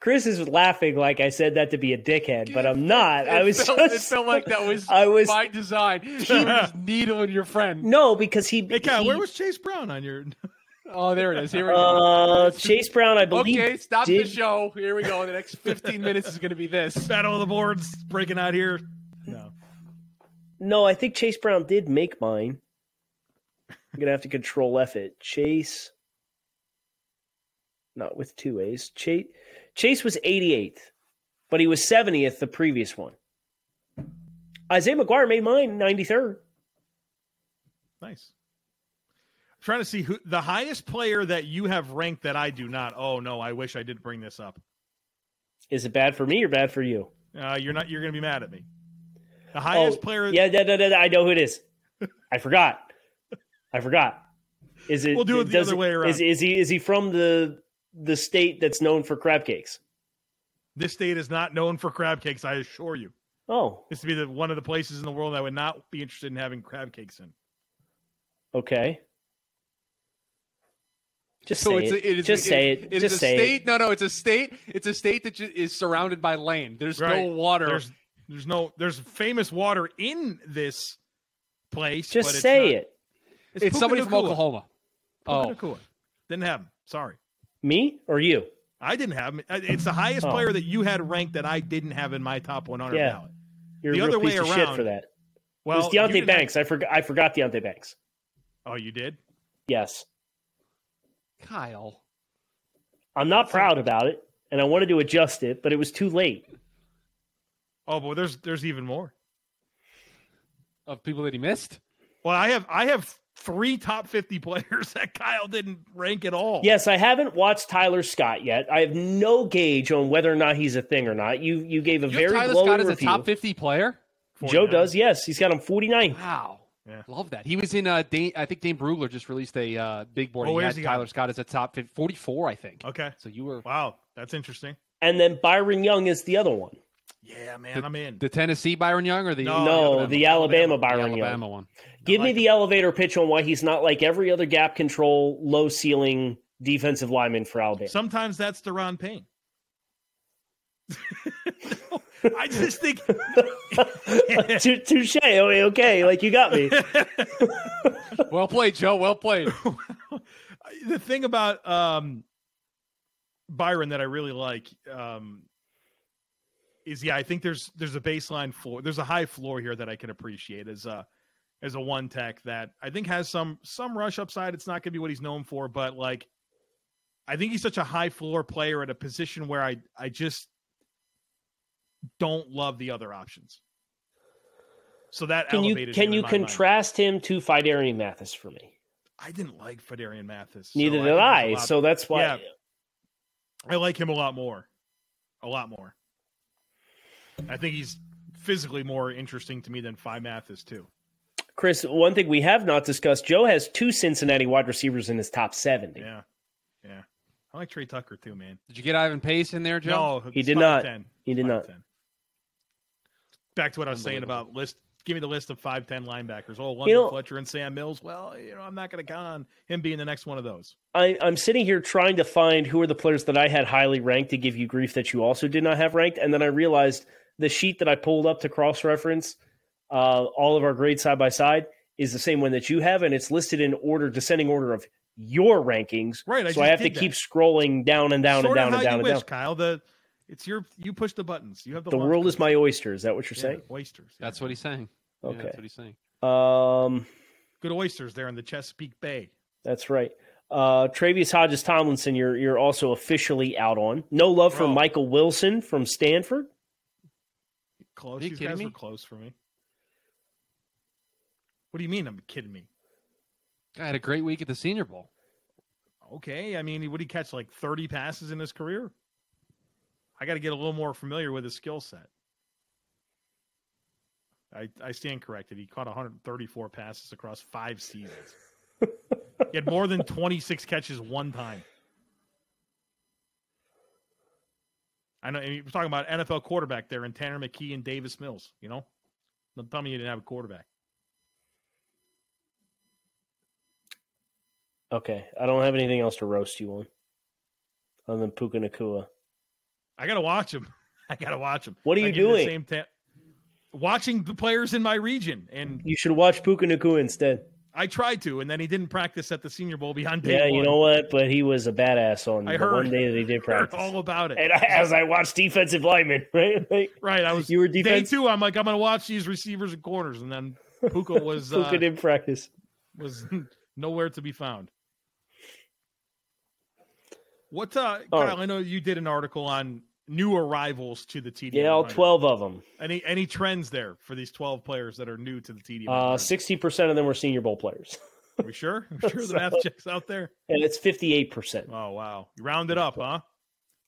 Speaker 2: Chris is laughing like I said that to be a dickhead, but I'm not. I
Speaker 3: It
Speaker 2: was.
Speaker 3: felt,
Speaker 2: just,
Speaker 3: it felt like that was
Speaker 2: I was
Speaker 3: by design. You were just needling your friend.
Speaker 2: no because he.
Speaker 1: Hey, Kyle,
Speaker 2: he-
Speaker 1: where was Chase Brown on your?
Speaker 3: Oh, there it is. Here we go.
Speaker 2: uh, Chase Brown? I believe.
Speaker 3: okay, stop
Speaker 2: did-
Speaker 3: the show. Here we go. The next 15 minutes is going to be this.
Speaker 1: Battle of the boards breaking out here. No.
Speaker 2: No, I think Chase Brown did make mine. I'm gonna have to control F it. Chase not with two A's. Chase, Chase was 88th, but he was 70th the previous one. Isaiah McGuire made mine 93rd.
Speaker 1: Nice. I'm trying to see who the highest player that you have ranked that I do not. Oh no, I wish I did bring this up.
Speaker 2: Is it bad for me or bad for you?
Speaker 1: Uh, you're not. You're going to be mad at me. The highest
Speaker 2: Oh,
Speaker 1: player.
Speaker 2: Yeah, da, da, da, da, I know who it is. I forgot. I forgot. Is it?
Speaker 1: We'll do it the
Speaker 2: does
Speaker 1: other way around.
Speaker 2: Is, is he? Is he from the the state that's known for crab cakes?
Speaker 1: This state is not known for crab cakes. I assure you.
Speaker 2: Oh,
Speaker 1: This would be the one of the places in the world I would not be interested in having crab cakes in.
Speaker 2: okay. Just
Speaker 3: So
Speaker 2: say
Speaker 3: it's
Speaker 2: it.
Speaker 3: a, it is
Speaker 2: Just
Speaker 3: it-
Speaker 2: say
Speaker 3: it,
Speaker 2: it.
Speaker 3: is
Speaker 2: Just
Speaker 3: a
Speaker 2: say
Speaker 3: state.
Speaker 2: it.
Speaker 3: No, no, it's a state. It's a state that ju- is surrounded by land. There's
Speaker 1: Right.
Speaker 3: no water.
Speaker 1: There's there's no there's famous water in this place.
Speaker 2: Just
Speaker 1: but it's
Speaker 2: say
Speaker 1: not-
Speaker 2: it.
Speaker 3: it's somebody from
Speaker 1: Pukunakua.
Speaker 3: Oklahoma. Oh,
Speaker 1: Pukunakua. Didn't have him. Sorry.
Speaker 2: Me or you?
Speaker 1: I didn't have him. I- It's the highest
Speaker 2: Oh.
Speaker 1: player that you had ranked that I didn't have in my top 100
Speaker 2: Yeah.
Speaker 1: ballot.
Speaker 2: You're
Speaker 1: The
Speaker 2: a
Speaker 1: other
Speaker 2: real
Speaker 1: way
Speaker 2: piece of shit
Speaker 1: around.
Speaker 2: for that.
Speaker 1: Well,
Speaker 2: it was
Speaker 1: you
Speaker 2: Deontay
Speaker 1: didn't have-
Speaker 2: Banks. I forgot. I forgot Deontay Banks.
Speaker 1: oh, you did.
Speaker 2: Yes,
Speaker 3: Kyle.
Speaker 2: I'm
Speaker 3: Hmm.
Speaker 2: not proud about it, and I wanted to adjust it, but it was too late.
Speaker 1: Oh, but there's there's even more.
Speaker 3: Of people that he missed.
Speaker 1: Well, I have I have three top 50 players that Kyle didn't rank at all.
Speaker 2: Yes, I haven't watched Tyler Scott yet. I have no gauge on whether or not he's a thing or not. You you gave a
Speaker 3: You have
Speaker 2: very
Speaker 3: Tyler
Speaker 2: glowing
Speaker 3: Scott is a
Speaker 2: review.
Speaker 3: top fifty player.
Speaker 1: 49.
Speaker 2: Joe does, yes. He's got him 49.
Speaker 3: Wow.
Speaker 1: Yeah.
Speaker 3: Love that. He was in uh Dane, I think Dane Brugler just released a uh, big board.
Speaker 1: Oh,
Speaker 3: he
Speaker 1: where's
Speaker 3: had
Speaker 1: he Oh. got?
Speaker 3: Tyler Scott as a top 50, 44, I think.
Speaker 1: Okay.
Speaker 3: So you were
Speaker 1: Wow, that's interesting.
Speaker 2: And then Byron Young is the other one.
Speaker 1: Yeah, man, I'm in.
Speaker 3: the Tennessee Byron Young or the
Speaker 1: No, Oh,
Speaker 2: no,
Speaker 1: Alabama.
Speaker 2: the Alabama,
Speaker 3: the
Speaker 2: Byron
Speaker 3: Alabama
Speaker 2: Young.
Speaker 3: one?
Speaker 2: Give me
Speaker 1: like
Speaker 2: the elevator pitch on why he's not like every other gap control, low ceiling defensive lineman for Alabama.
Speaker 1: Sometimes that's Deron Payne. No, I just think
Speaker 2: Tou- Touche. Okay, okay, like you got me.
Speaker 3: Well played, Joe. Well played.
Speaker 1: the thing about um, Byron that I really like um, is yeah, I think there's there's a baseline floor, there's a high floor here that I can appreciate as a as a one tech that I think has some some rush upside. It's not going to be what he's known for, but like I think he's such a high floor player at a position where I I just don't love the other options. So that
Speaker 2: Can you
Speaker 1: elevated him
Speaker 2: can
Speaker 1: in
Speaker 2: you
Speaker 1: my mind.
Speaker 2: contrast him to Fidarian Mathis for me?
Speaker 1: I didn't like Federian Mathis. so
Speaker 2: Neither
Speaker 1: I
Speaker 2: did
Speaker 1: think
Speaker 2: I.
Speaker 1: there's a lot-
Speaker 2: So that's why.
Speaker 1: Yeah. I like him a lot more. A lot more. I think he's physically more interesting to me than Phi Mathis too.
Speaker 2: Chris, one thing we have not discussed, Joe has two Cincinnati wide receivers in his top 70.
Speaker 1: Yeah. Yeah. I like Trey Tucker too, man.
Speaker 3: Did you get Ivan Pace in there, Joe?
Speaker 1: No,
Speaker 2: He
Speaker 1: it's
Speaker 2: did
Speaker 1: five
Speaker 2: not.
Speaker 1: to 10.
Speaker 2: He did
Speaker 1: Five to
Speaker 2: not.
Speaker 1: 10. Back to what I was saying about list give me the list of five ten linebackers. Oh, London
Speaker 2: You know-
Speaker 1: Fletcher and Sam Mills. Well, you know, I'm not gonna count on him being the next one of those.
Speaker 2: I, I'm sitting here trying to find who are the players that I had highly ranked to give you grief that you also did not have ranked. And then I realized the sheet that I pulled up to cross reference uh, all of our grades side by side is the same one that you have. And it's listed in order, descending order of your rankings.
Speaker 1: Right, I
Speaker 2: so I
Speaker 1: just
Speaker 2: have to
Speaker 1: did that.
Speaker 2: keep scrolling down and down
Speaker 1: sort
Speaker 2: and down
Speaker 1: of
Speaker 2: and
Speaker 1: how
Speaker 2: down
Speaker 1: you
Speaker 2: and
Speaker 1: wish,
Speaker 2: down.
Speaker 1: Kyle. The it's your you push the buttons. You have the
Speaker 2: The
Speaker 1: launch
Speaker 2: world is
Speaker 1: pad.
Speaker 2: my oyster. Is that what you're
Speaker 1: Yeah,
Speaker 2: saying?
Speaker 1: oysters. yeah.
Speaker 3: That's what he's saying. Yeah,
Speaker 2: Okay.
Speaker 3: that's what he's saying.
Speaker 2: Um,
Speaker 1: good oysters there in the Chesapeake Bay.
Speaker 2: That's right. Uh, Travius Hodges Tomlinson, you're you're also officially out on. No love for
Speaker 1: Bro.
Speaker 2: Michael Wilson from Stanford.
Speaker 1: Close.
Speaker 3: Are you
Speaker 1: These
Speaker 3: kidding
Speaker 1: guys
Speaker 3: me?
Speaker 1: were close for me. What do you mean? I'm kidding me.
Speaker 3: Guy had a great week at the Senior Bowl.
Speaker 1: Okay. I mean, would he catch like 30 passes in his career? I got to get a little more familiar with his skill set. I, I stand corrected. He caught 134 passes across five seasons. he had more than 26 catches one time. I know. I mean, we're talking about NFL quarterback there and Tanner McKee and Davis Mills. You know, don't tell me you didn't have a quarterback.
Speaker 2: Okay, I don't have anything else to roast you on, other than Puka Nakua.
Speaker 1: I gotta watch him. I gotta watch him.
Speaker 2: What are
Speaker 1: I
Speaker 2: you
Speaker 1: give the
Speaker 2: doing?
Speaker 1: same ta- watching the players in my region, and
Speaker 2: You should watch Puka Nakua instead.
Speaker 1: I tried to, and then he didn't practice at the Senior Bowl behind day
Speaker 2: Yeah, you
Speaker 1: one.
Speaker 2: know what? But he was a badass on
Speaker 1: I
Speaker 2: the
Speaker 1: heard-
Speaker 2: one day that he did
Speaker 1: I heard
Speaker 2: practice.
Speaker 1: all about it.
Speaker 2: and I, as I watched defensive linemen, right? Like,
Speaker 1: right, I was
Speaker 2: you were
Speaker 1: day
Speaker 2: defense.
Speaker 1: two. I'm like, I'm gonna watch these receivers and corners, and then Puka was
Speaker 2: Puka
Speaker 1: uh,
Speaker 2: did practice.
Speaker 1: was nowhere to be found. What, uh,
Speaker 2: All
Speaker 1: Kyle,
Speaker 2: right.
Speaker 1: I know you did an article on new arrivals to the TD.
Speaker 2: Yeah, all
Speaker 1: 100.
Speaker 2: 12 of them.
Speaker 1: Any any trends there for these 12 players that are new to the TD?
Speaker 2: Uh,
Speaker 1: 100?
Speaker 2: 60% of them were Senior Bowl players,
Speaker 1: Are we sure? Are we sure the math checks out there?
Speaker 2: and it's 58%.
Speaker 1: Oh, wow. You round it up, huh?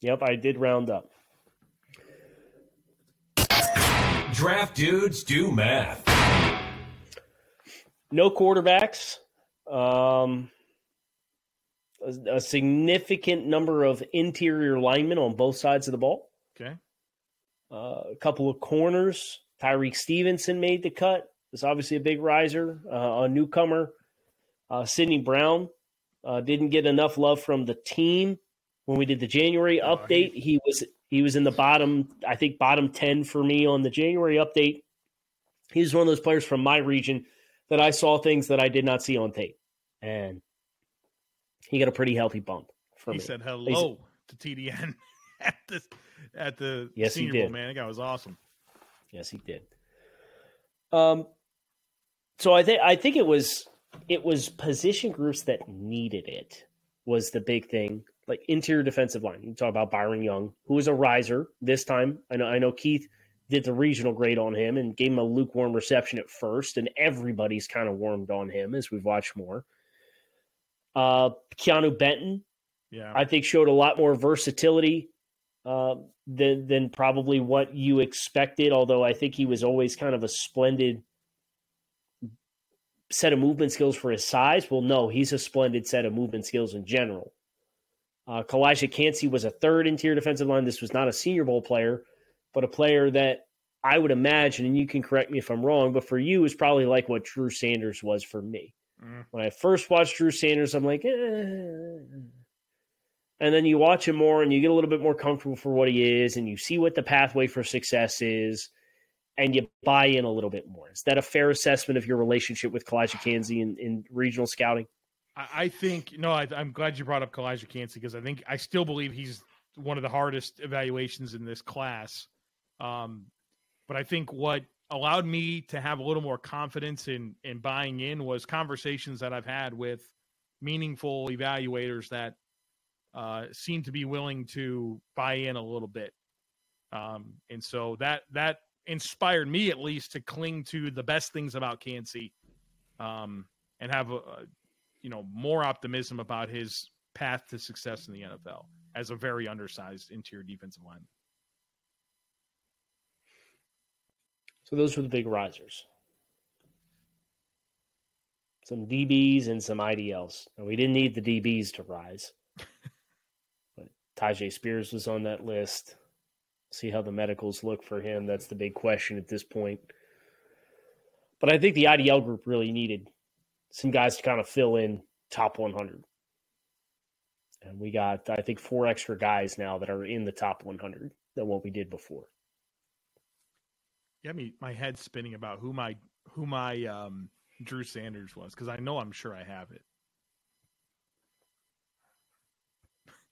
Speaker 2: Yep, I did round up.
Speaker 5: Draft dudes do math.
Speaker 2: no quarterbacks, um, a, a significant number of interior linemen on both sides of the ball,
Speaker 1: Okay.
Speaker 2: uh, a couple of corners. Tyreek Stevenson made the cut. It's obviously a big riser, uh, a newcomer. Uh, Sidney Brown uh, didn't get enough love from the team when we did the January update. He was he was in the bottom, I think bottom ten for me on the January update. He was one of those players from my region that I saw things that I did not see on tape, and he got a pretty healthy bump from
Speaker 1: He
Speaker 2: me.
Speaker 1: said hello to TDN at the at the
Speaker 2: Yes, he
Speaker 1: Senior Bowl.
Speaker 2: did.
Speaker 1: Man, that guy was awesome.
Speaker 2: Yes, he did. Um, so I think I think it was it was position groups that needed it was the big thing. Like interior defensive line, you talk about Byron Young, who was a riser this time. I know I know Keith did the regional grade on him and gave him a lukewarm reception at first, and everybody's kind of warmed on him as we've watched more. Uh, Keanu Benton,
Speaker 1: Yeah,
Speaker 2: I think showed a lot more versatility uh, than than probably what you expected. Although I think he was always kind of a splendid set of movement skills for his size. Well, no, he's a splendid set of movement skills in general. Uh, Kalijah Cansey was a third interior defensive line. This was not a Senior Bowl player, but a player that I would imagine, and you can correct me if I'm wrong, but for you is probably like what Drew Sanders was for me.
Speaker 1: Mm.
Speaker 2: When I first watched Drew Sanders, I'm like, eh, and then you watch him more and you get a little bit more comfortable for what he is and you see what the pathway for success is and you buy in a little bit more. Is that a fair assessment of your relationship with Kalijah Kansi in, in regional scouting?
Speaker 1: I, I think no. I, I'm glad you brought up Kalijah Cansey because I think I still believe he's one of the hardest evaluations in this class. Um, but I think what allowed me to have a little more confidence in in buying in was conversations that I've had with meaningful evaluators that uh, seem to be willing to buy in a little bit. Um, and so that that inspired me at least to cling to the best things about Cansey um, and have a, a you know more optimism about his path to success in the NFL as a very undersized interior defensive lineman.
Speaker 2: So those were the big risers. Some DBs and some IDLs. Now, we didn't need the DBs to rise. but Tajay Spears was on that list. See how the medicals look for him. That's the big question at this point. But I think the IDL group really needed some guys to kind of fill in top 100. And we got, I think, four extra guys now that are in the top 100 than what we did before.
Speaker 1: Yeah, me my head's spinning about who my who my um, Drew Sanders was because I know I'm sure I have it.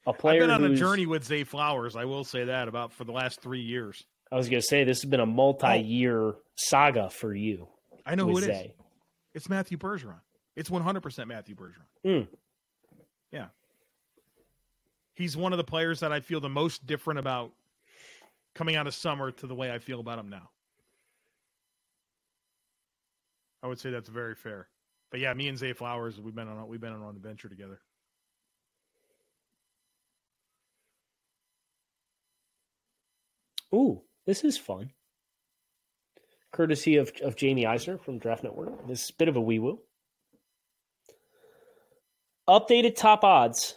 Speaker 2: A player
Speaker 1: I've been on a
Speaker 2: who's-
Speaker 1: journey with Zay Flowers. I will say that about for the last three years.
Speaker 2: I was going to say this has
Speaker 1: Oh.
Speaker 2: been a multi-year saga for you.
Speaker 1: I know who
Speaker 2: with
Speaker 1: it is.
Speaker 2: Zay.
Speaker 1: It's Matthew Bergeron. It's 100% Matthew Bergeron.
Speaker 2: Hmm.
Speaker 1: Yeah. He's one of the players that I feel the most different about coming out of summer to the way I feel about him now. I would say that's very fair. But yeah, me and Zay Flowers, we've been on we've been on an adventure together.
Speaker 2: Ooh, this is fun. Courtesy of, of Jamie Eisner from Draft Network. This is a bit of a wee woo. Updated top odds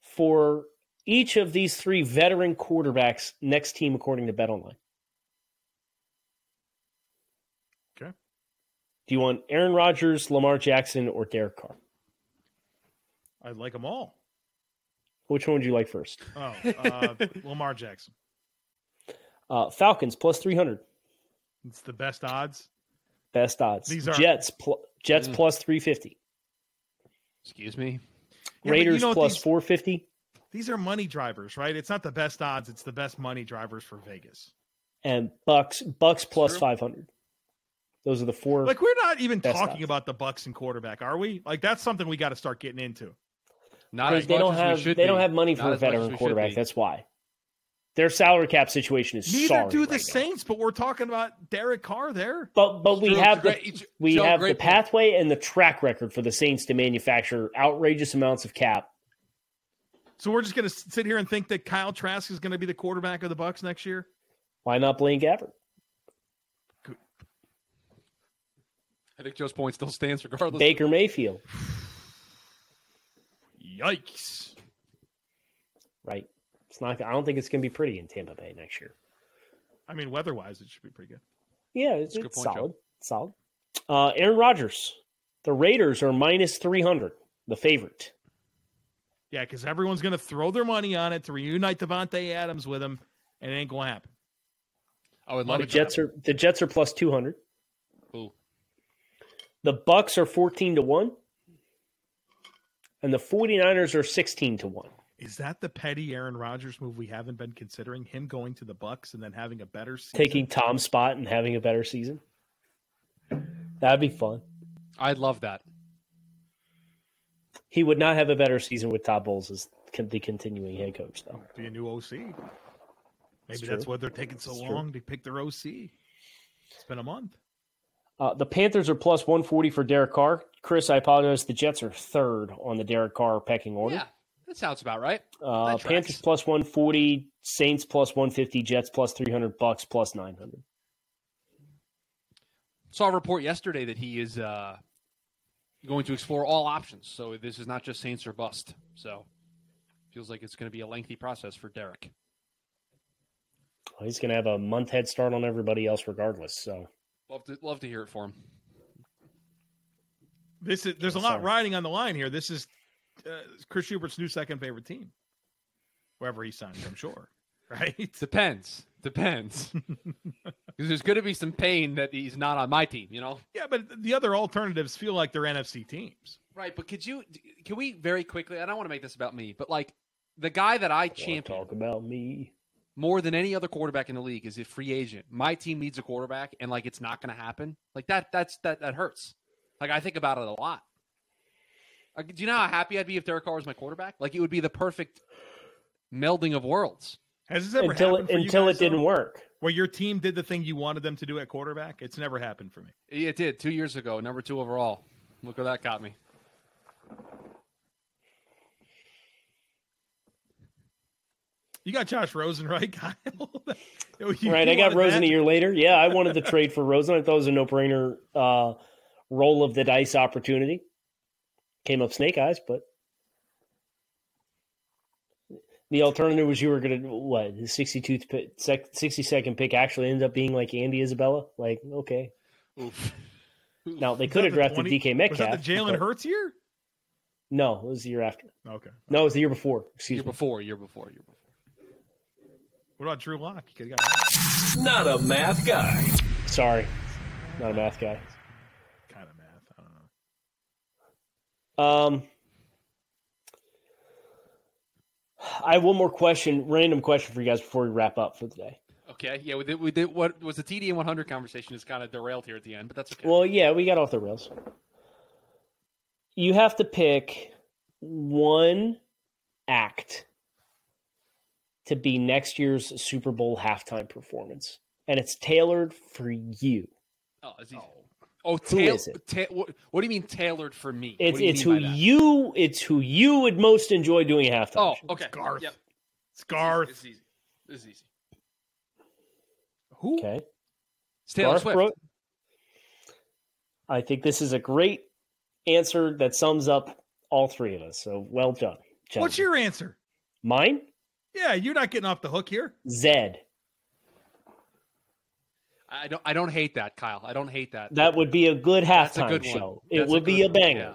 Speaker 2: for each of these three veteran quarterbacks next team according to Bet Online.
Speaker 1: Okay.
Speaker 2: Do you want Aaron Rodgers, Lamar Jackson, or Derek Carr?
Speaker 1: I like them all.
Speaker 2: Which one would you like first?
Speaker 1: Oh, uh, Lamar Jackson.
Speaker 2: Uh, Falcons plus 300.
Speaker 1: It's the best odds.
Speaker 2: Best odds.
Speaker 1: These are-
Speaker 2: Jets pl- Jets
Speaker 3: Mm.
Speaker 2: plus 350.
Speaker 3: Excuse me.
Speaker 1: Yeah, but you
Speaker 2: Raiders
Speaker 1: know what
Speaker 2: plus
Speaker 1: these-
Speaker 2: 450
Speaker 1: These are money drivers, right? It's not the best odds, it's the best money drivers for Vegas.
Speaker 2: and Bucks Bucks plus
Speaker 3: True.
Speaker 2: 500. Those are the four.
Speaker 1: like we're not even
Speaker 2: Best
Speaker 1: talking
Speaker 2: odds.
Speaker 1: about the Bucks and quarterback, are we? Like that's something we got to start getting into.
Speaker 3: Not
Speaker 2: because
Speaker 3: as
Speaker 2: they
Speaker 3: much
Speaker 2: don't
Speaker 3: as we
Speaker 2: have
Speaker 3: should
Speaker 2: they
Speaker 3: be.
Speaker 2: don't have money for
Speaker 3: Not
Speaker 2: a
Speaker 3: as much as
Speaker 2: veteran
Speaker 3: we should
Speaker 2: quarterback.
Speaker 3: be.
Speaker 2: That's why their salary cap situation is
Speaker 1: Neither
Speaker 2: sorry
Speaker 1: do the
Speaker 2: right now.
Speaker 1: Saints, but we're talking about Derek Carr there.
Speaker 2: But but we
Speaker 3: True, it's
Speaker 2: have
Speaker 3: great-
Speaker 2: the
Speaker 3: it's-
Speaker 2: we
Speaker 3: Joe,
Speaker 2: have
Speaker 3: great
Speaker 2: the
Speaker 3: point.
Speaker 2: pathway and the track record for the Saints to manufacture outrageous amounts of cap.
Speaker 1: So we're just going to sit here and think that Kyle Trask is going to be the quarterback of the Bucks next year.
Speaker 2: Why not Blaine Gabbert?
Speaker 3: I think Joe's point still stands regardless.
Speaker 2: Baker Mayfield,
Speaker 1: Yikes!
Speaker 2: right? It's not. I don't think it's going to be pretty in Tampa Bay next year.
Speaker 1: I mean, weather-wise, it should be pretty good.
Speaker 2: Yeah, it's,
Speaker 3: a good
Speaker 2: it's
Speaker 3: point, Joe.
Speaker 2: solid. It's solid. Uh, Aaron Rodgers, the Raiders are minus three hundred, the favorite.
Speaker 1: Yeah, because everyone's going to throw their money on it to reunite Devontae Adams with him, and it ain't going to happen.
Speaker 3: I would love
Speaker 2: The
Speaker 3: it.
Speaker 2: Jets are the Jets are plus two hundred.
Speaker 3: Ooh.
Speaker 2: The Bucks are fourteen to one, and the 49ers are sixteen to one.
Speaker 1: Is that the petty Aaron Rodgers move we haven't been considering? Him going to the Bucks and then having a better season?
Speaker 2: taking Tom's spot and having a better season. That'd be fun.
Speaker 3: I'd love that.
Speaker 2: He would not have a better season with Todd Bowles as con- the continuing head coach, though.
Speaker 1: be a new OC. Maybe
Speaker 2: It's
Speaker 1: that's
Speaker 2: true.
Speaker 1: why they're taking so
Speaker 2: It's true.
Speaker 1: long to pick their OC. It's been a month.
Speaker 2: Uh, the Panthers are plus 140 for Derek Carr. Chris, I apologize. The Jets are third on the Derek Carr pecking order.
Speaker 3: Yeah, that sounds about right.
Speaker 2: uh,
Speaker 3: that tracks.
Speaker 2: Panthers plus 140, Saints plus 150, Jets plus 300, Bucks plus 900.
Speaker 3: Saw a report yesterday that he is uh, going to explore all options. So this is not just Saints or bust. So feels like it's going to be a lengthy process for Derek.
Speaker 2: Well, he's going to have a month head start on everybody else, regardless. So
Speaker 3: Love to love to hear it for him.
Speaker 1: This is there's a
Speaker 2: Yeah,
Speaker 1: lot
Speaker 2: sorry.
Speaker 1: riding on the line here. This is uh, Chris Schubert's new second favorite team, wherever he signs. I'm sure, right?
Speaker 3: Depends. Depends. Because there's going to be some pain that he's not on my team. You know.
Speaker 1: Yeah, but the other alternatives feel like they're NFC teams.
Speaker 3: Right, but could you? Can we very quickly? I don't want to make this about me, but like the guy that I
Speaker 2: Can't
Speaker 3: champion
Speaker 2: talk about me.
Speaker 3: more than any other quarterback in the league is a free agent. My team needs a quarterback, and like it's not going to happen. Like that, that's that that hurts. Like I think about it a lot. Like, do you know how happy I'd be if Derek Carr was my quarterback? Like it would be the perfect melding of worlds.
Speaker 1: Has this ever
Speaker 2: Until
Speaker 1: happened
Speaker 2: it,
Speaker 1: for you
Speaker 2: until
Speaker 1: guys,
Speaker 2: it didn't
Speaker 1: though?
Speaker 2: work.
Speaker 1: Where your team did the thing you wanted them to do at quarterback. It's never happened for me.
Speaker 3: It did two years ago, number two overall. Look where that got me.
Speaker 1: You got Josh Rosen, right, Kyle? You- you
Speaker 2: right, I got
Speaker 1: wanted
Speaker 2: Rosen
Speaker 1: that.
Speaker 2: a year later. Yeah, I wanted to trade for Rosen. I thought it was a no-brainer uh, roll of the dice opportunity. Came up snake eyes, but the alternative was you were going to what the 62th pick, sec, 62nd pick actually ended up being like Andy Isabella. Like, okay,
Speaker 3: Oof.
Speaker 2: now they
Speaker 1: Was
Speaker 2: could
Speaker 1: that
Speaker 2: have
Speaker 1: the
Speaker 2: drafted
Speaker 1: 20
Speaker 2: DK Metcalf.
Speaker 1: Was that the Jalen
Speaker 2: but-
Speaker 1: Hurts year?
Speaker 2: No, it was the year after.
Speaker 1: Okay.
Speaker 2: No, it was the year before. Excuse
Speaker 3: Year
Speaker 2: me.
Speaker 3: before, year before, year before.
Speaker 1: What about Drew Lock? You could have got him.
Speaker 5: Not a math guy.
Speaker 2: Sorry, not a math guy.
Speaker 1: kind of math. I don't know.
Speaker 2: Um, I have one more question, random question for you guys before we wrap up for the day.
Speaker 3: Okay, yeah, we did. We did what was the TDN 100 conversation is kind of derailed here at the end, but that's okay.
Speaker 2: Well, yeah, we got off the rails. You have to pick one act to be next year's Super Bowl halftime performance, and it's tailored for you.
Speaker 3: Oh, is he, oh,
Speaker 2: Who
Speaker 3: tail,
Speaker 2: is it?
Speaker 3: ta- what, what do you mean tailored for me? What
Speaker 2: It's
Speaker 3: do you
Speaker 2: it's
Speaker 3: mean
Speaker 2: who
Speaker 3: by that?
Speaker 2: you it's who you would most enjoy doing at halftime.
Speaker 3: Oh,
Speaker 2: show.
Speaker 3: okay.
Speaker 1: Garth.
Speaker 3: Yep.
Speaker 1: Scarf.
Speaker 3: It's easy. It's easy.
Speaker 1: Who?
Speaker 2: okay.
Speaker 3: It's Taylor
Speaker 2: Garth
Speaker 3: Swift.
Speaker 2: Brooks. I think this is a great answer that sums up all three of us. So well done. gentlemen.
Speaker 1: What's your answer?
Speaker 2: mine?
Speaker 1: Yeah, you're not getting off the hook here.
Speaker 2: Zed.
Speaker 3: I don't. I don't hate that, Kyle. I don't hate that.
Speaker 2: That would be a good
Speaker 3: That's a
Speaker 2: halftime
Speaker 3: good one.
Speaker 2: show. It
Speaker 3: That's
Speaker 2: would be
Speaker 3: good
Speaker 2: a
Speaker 3: one,
Speaker 2: banger.
Speaker 3: yeah.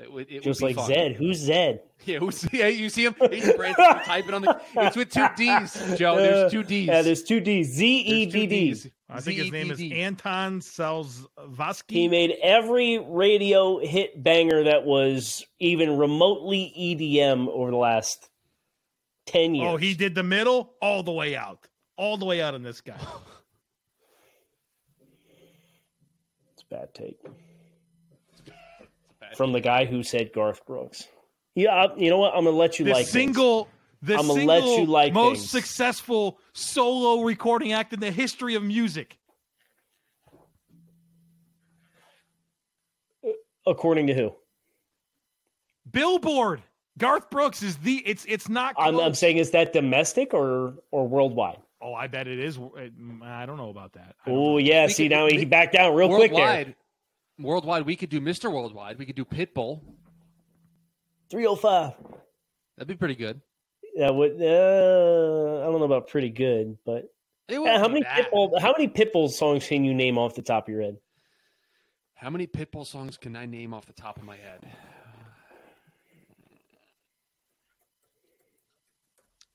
Speaker 3: It would, it
Speaker 2: Just
Speaker 3: would be
Speaker 2: like
Speaker 3: fun.
Speaker 2: Zed. Who's Zed?
Speaker 3: Yeah, who's, yeah, you see him. He's Branson typing on the. It's with two D's, Joe. There's two D's.
Speaker 2: Yeah, there's two D's. Z E
Speaker 3: There's two
Speaker 2: D D.
Speaker 3: D's. E
Speaker 1: I think his name is
Speaker 3: ZEDD.
Speaker 1: Anton Selzvaski.
Speaker 2: He made every radio hit banger that was even remotely EDM over the last 10 years.
Speaker 1: oh, he did the middle all the way out. All the way out on this guy.
Speaker 2: It's a bad take.
Speaker 3: bad
Speaker 2: From the guy who said Garth Brooks. Yeah, I- you know what? I'm gonna let you
Speaker 1: the
Speaker 2: like this.
Speaker 1: single, the
Speaker 2: I'ma
Speaker 1: single
Speaker 2: let you like
Speaker 1: most
Speaker 2: things.
Speaker 1: successful solo recording act in the history of music.
Speaker 2: according to who?
Speaker 1: Billboard. Garth Brooks is the. It's it's not.
Speaker 2: I'm, I'm
Speaker 1: close.
Speaker 2: saying is that domestic or or worldwide?
Speaker 1: oh, I bet it is. I don't know about that. I don't know.
Speaker 2: Oh yeah,
Speaker 3: We
Speaker 2: see
Speaker 3: could-
Speaker 2: now
Speaker 3: we-
Speaker 2: he backed down real quick there.
Speaker 3: worldwide, worldwide, we could do Mr. Worldwide. We could do Pitbull.
Speaker 2: 305.
Speaker 3: That'd be pretty good.
Speaker 2: That would uh, I don't know about pretty good, but
Speaker 3: It
Speaker 2: Yeah,
Speaker 3: wouldn't
Speaker 2: how
Speaker 3: be
Speaker 2: many
Speaker 3: bad.
Speaker 2: Pitbull how many Pitbull songs can you name off the top of your head?
Speaker 3: How many Pitbull songs can I name off the top of my head?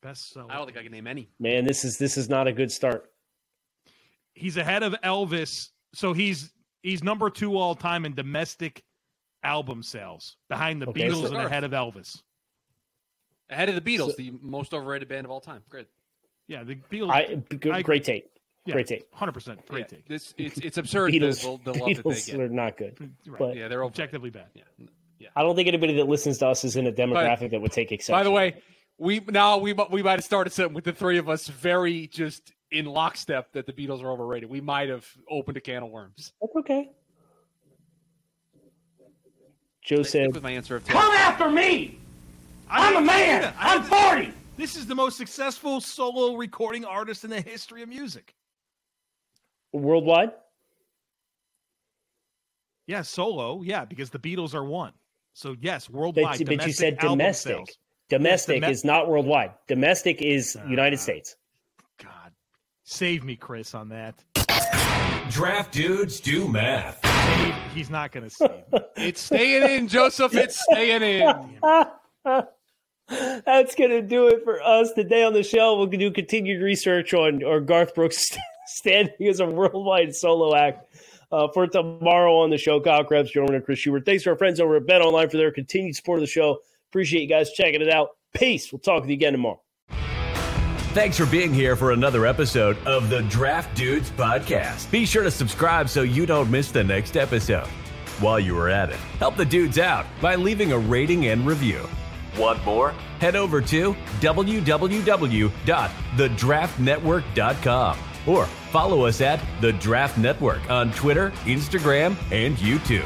Speaker 1: Best solo.
Speaker 3: I don't think I can name any.
Speaker 2: Man, this is this is not a good start.
Speaker 1: he's ahead of Elvis, so he's he's number two all time in domestic album sales, behind the
Speaker 2: Okay,
Speaker 1: Beatles
Speaker 2: so-
Speaker 1: and ahead of Elvis.
Speaker 3: Ahead of the Beatles, the most overrated band of all time. Great.
Speaker 1: Yeah, the Beatles.
Speaker 2: I g-
Speaker 1: I-
Speaker 2: great take.
Speaker 1: yeah,
Speaker 2: great take.
Speaker 1: Hundred percent, great
Speaker 3: Yeah,
Speaker 1: take.
Speaker 3: This it's it's absurd the,
Speaker 2: Beatles,
Speaker 3: the, the love that they
Speaker 2: Beatles
Speaker 3: get.
Speaker 2: are not good.
Speaker 1: You're Right.
Speaker 2: But
Speaker 3: Yeah, they're over.
Speaker 1: Objectively bad.
Speaker 2: I don't think anybody that listens to us is in a demographic that would take exception.
Speaker 3: By the way, we now we mi- we might have started something with the three of us very just in lockstep that the Beatles are overrated. We might have opened a can of worms.
Speaker 2: that's okay. Joe
Speaker 3: Stick
Speaker 2: said,
Speaker 3: with my answer of ten.
Speaker 1: I'm a man. I'm forty. This is the most successful solo recording artist in the history of music.
Speaker 2: "Worldwide."
Speaker 1: Yeah, solo. Yeah, because the Beatles are one. So yes,
Speaker 2: But,
Speaker 1: worldwide.
Speaker 2: but you
Speaker 1: domestic
Speaker 2: said
Speaker 1: album
Speaker 2: domestic.
Speaker 1: sales.
Speaker 2: Domestic
Speaker 1: Yes, domes-
Speaker 2: is not worldwide. Domestic is United States.
Speaker 1: God, save me, Chris, on that.
Speaker 5: Draft dudes do math.
Speaker 1: Save- He's not going to save. me.
Speaker 3: It's staying in, Joseph. It's staying in.
Speaker 2: That's going to do it for us today on the show. We'll do continued research on or Garth Brooks standing as a worldwide solo act. Uh, for tomorrow on the show, Kyle Krebs, Joe Rowan, and Chris Schubert. Thanks to our friends over at Bet Online for their continued support of the show. Appreciate you guys checking it out. Peace. We'll talk to you again tomorrow.
Speaker 5: Thanks for being here for another episode of the Draft Dudes Podcast. Be sure to subscribe so you don't miss the next episode. While you are at it, help the dudes out by leaving a rating and review. Want more? Head over to www.thedraftnetwork.com or follow us at The Draft Network on Twitter, Instagram, and YouTube.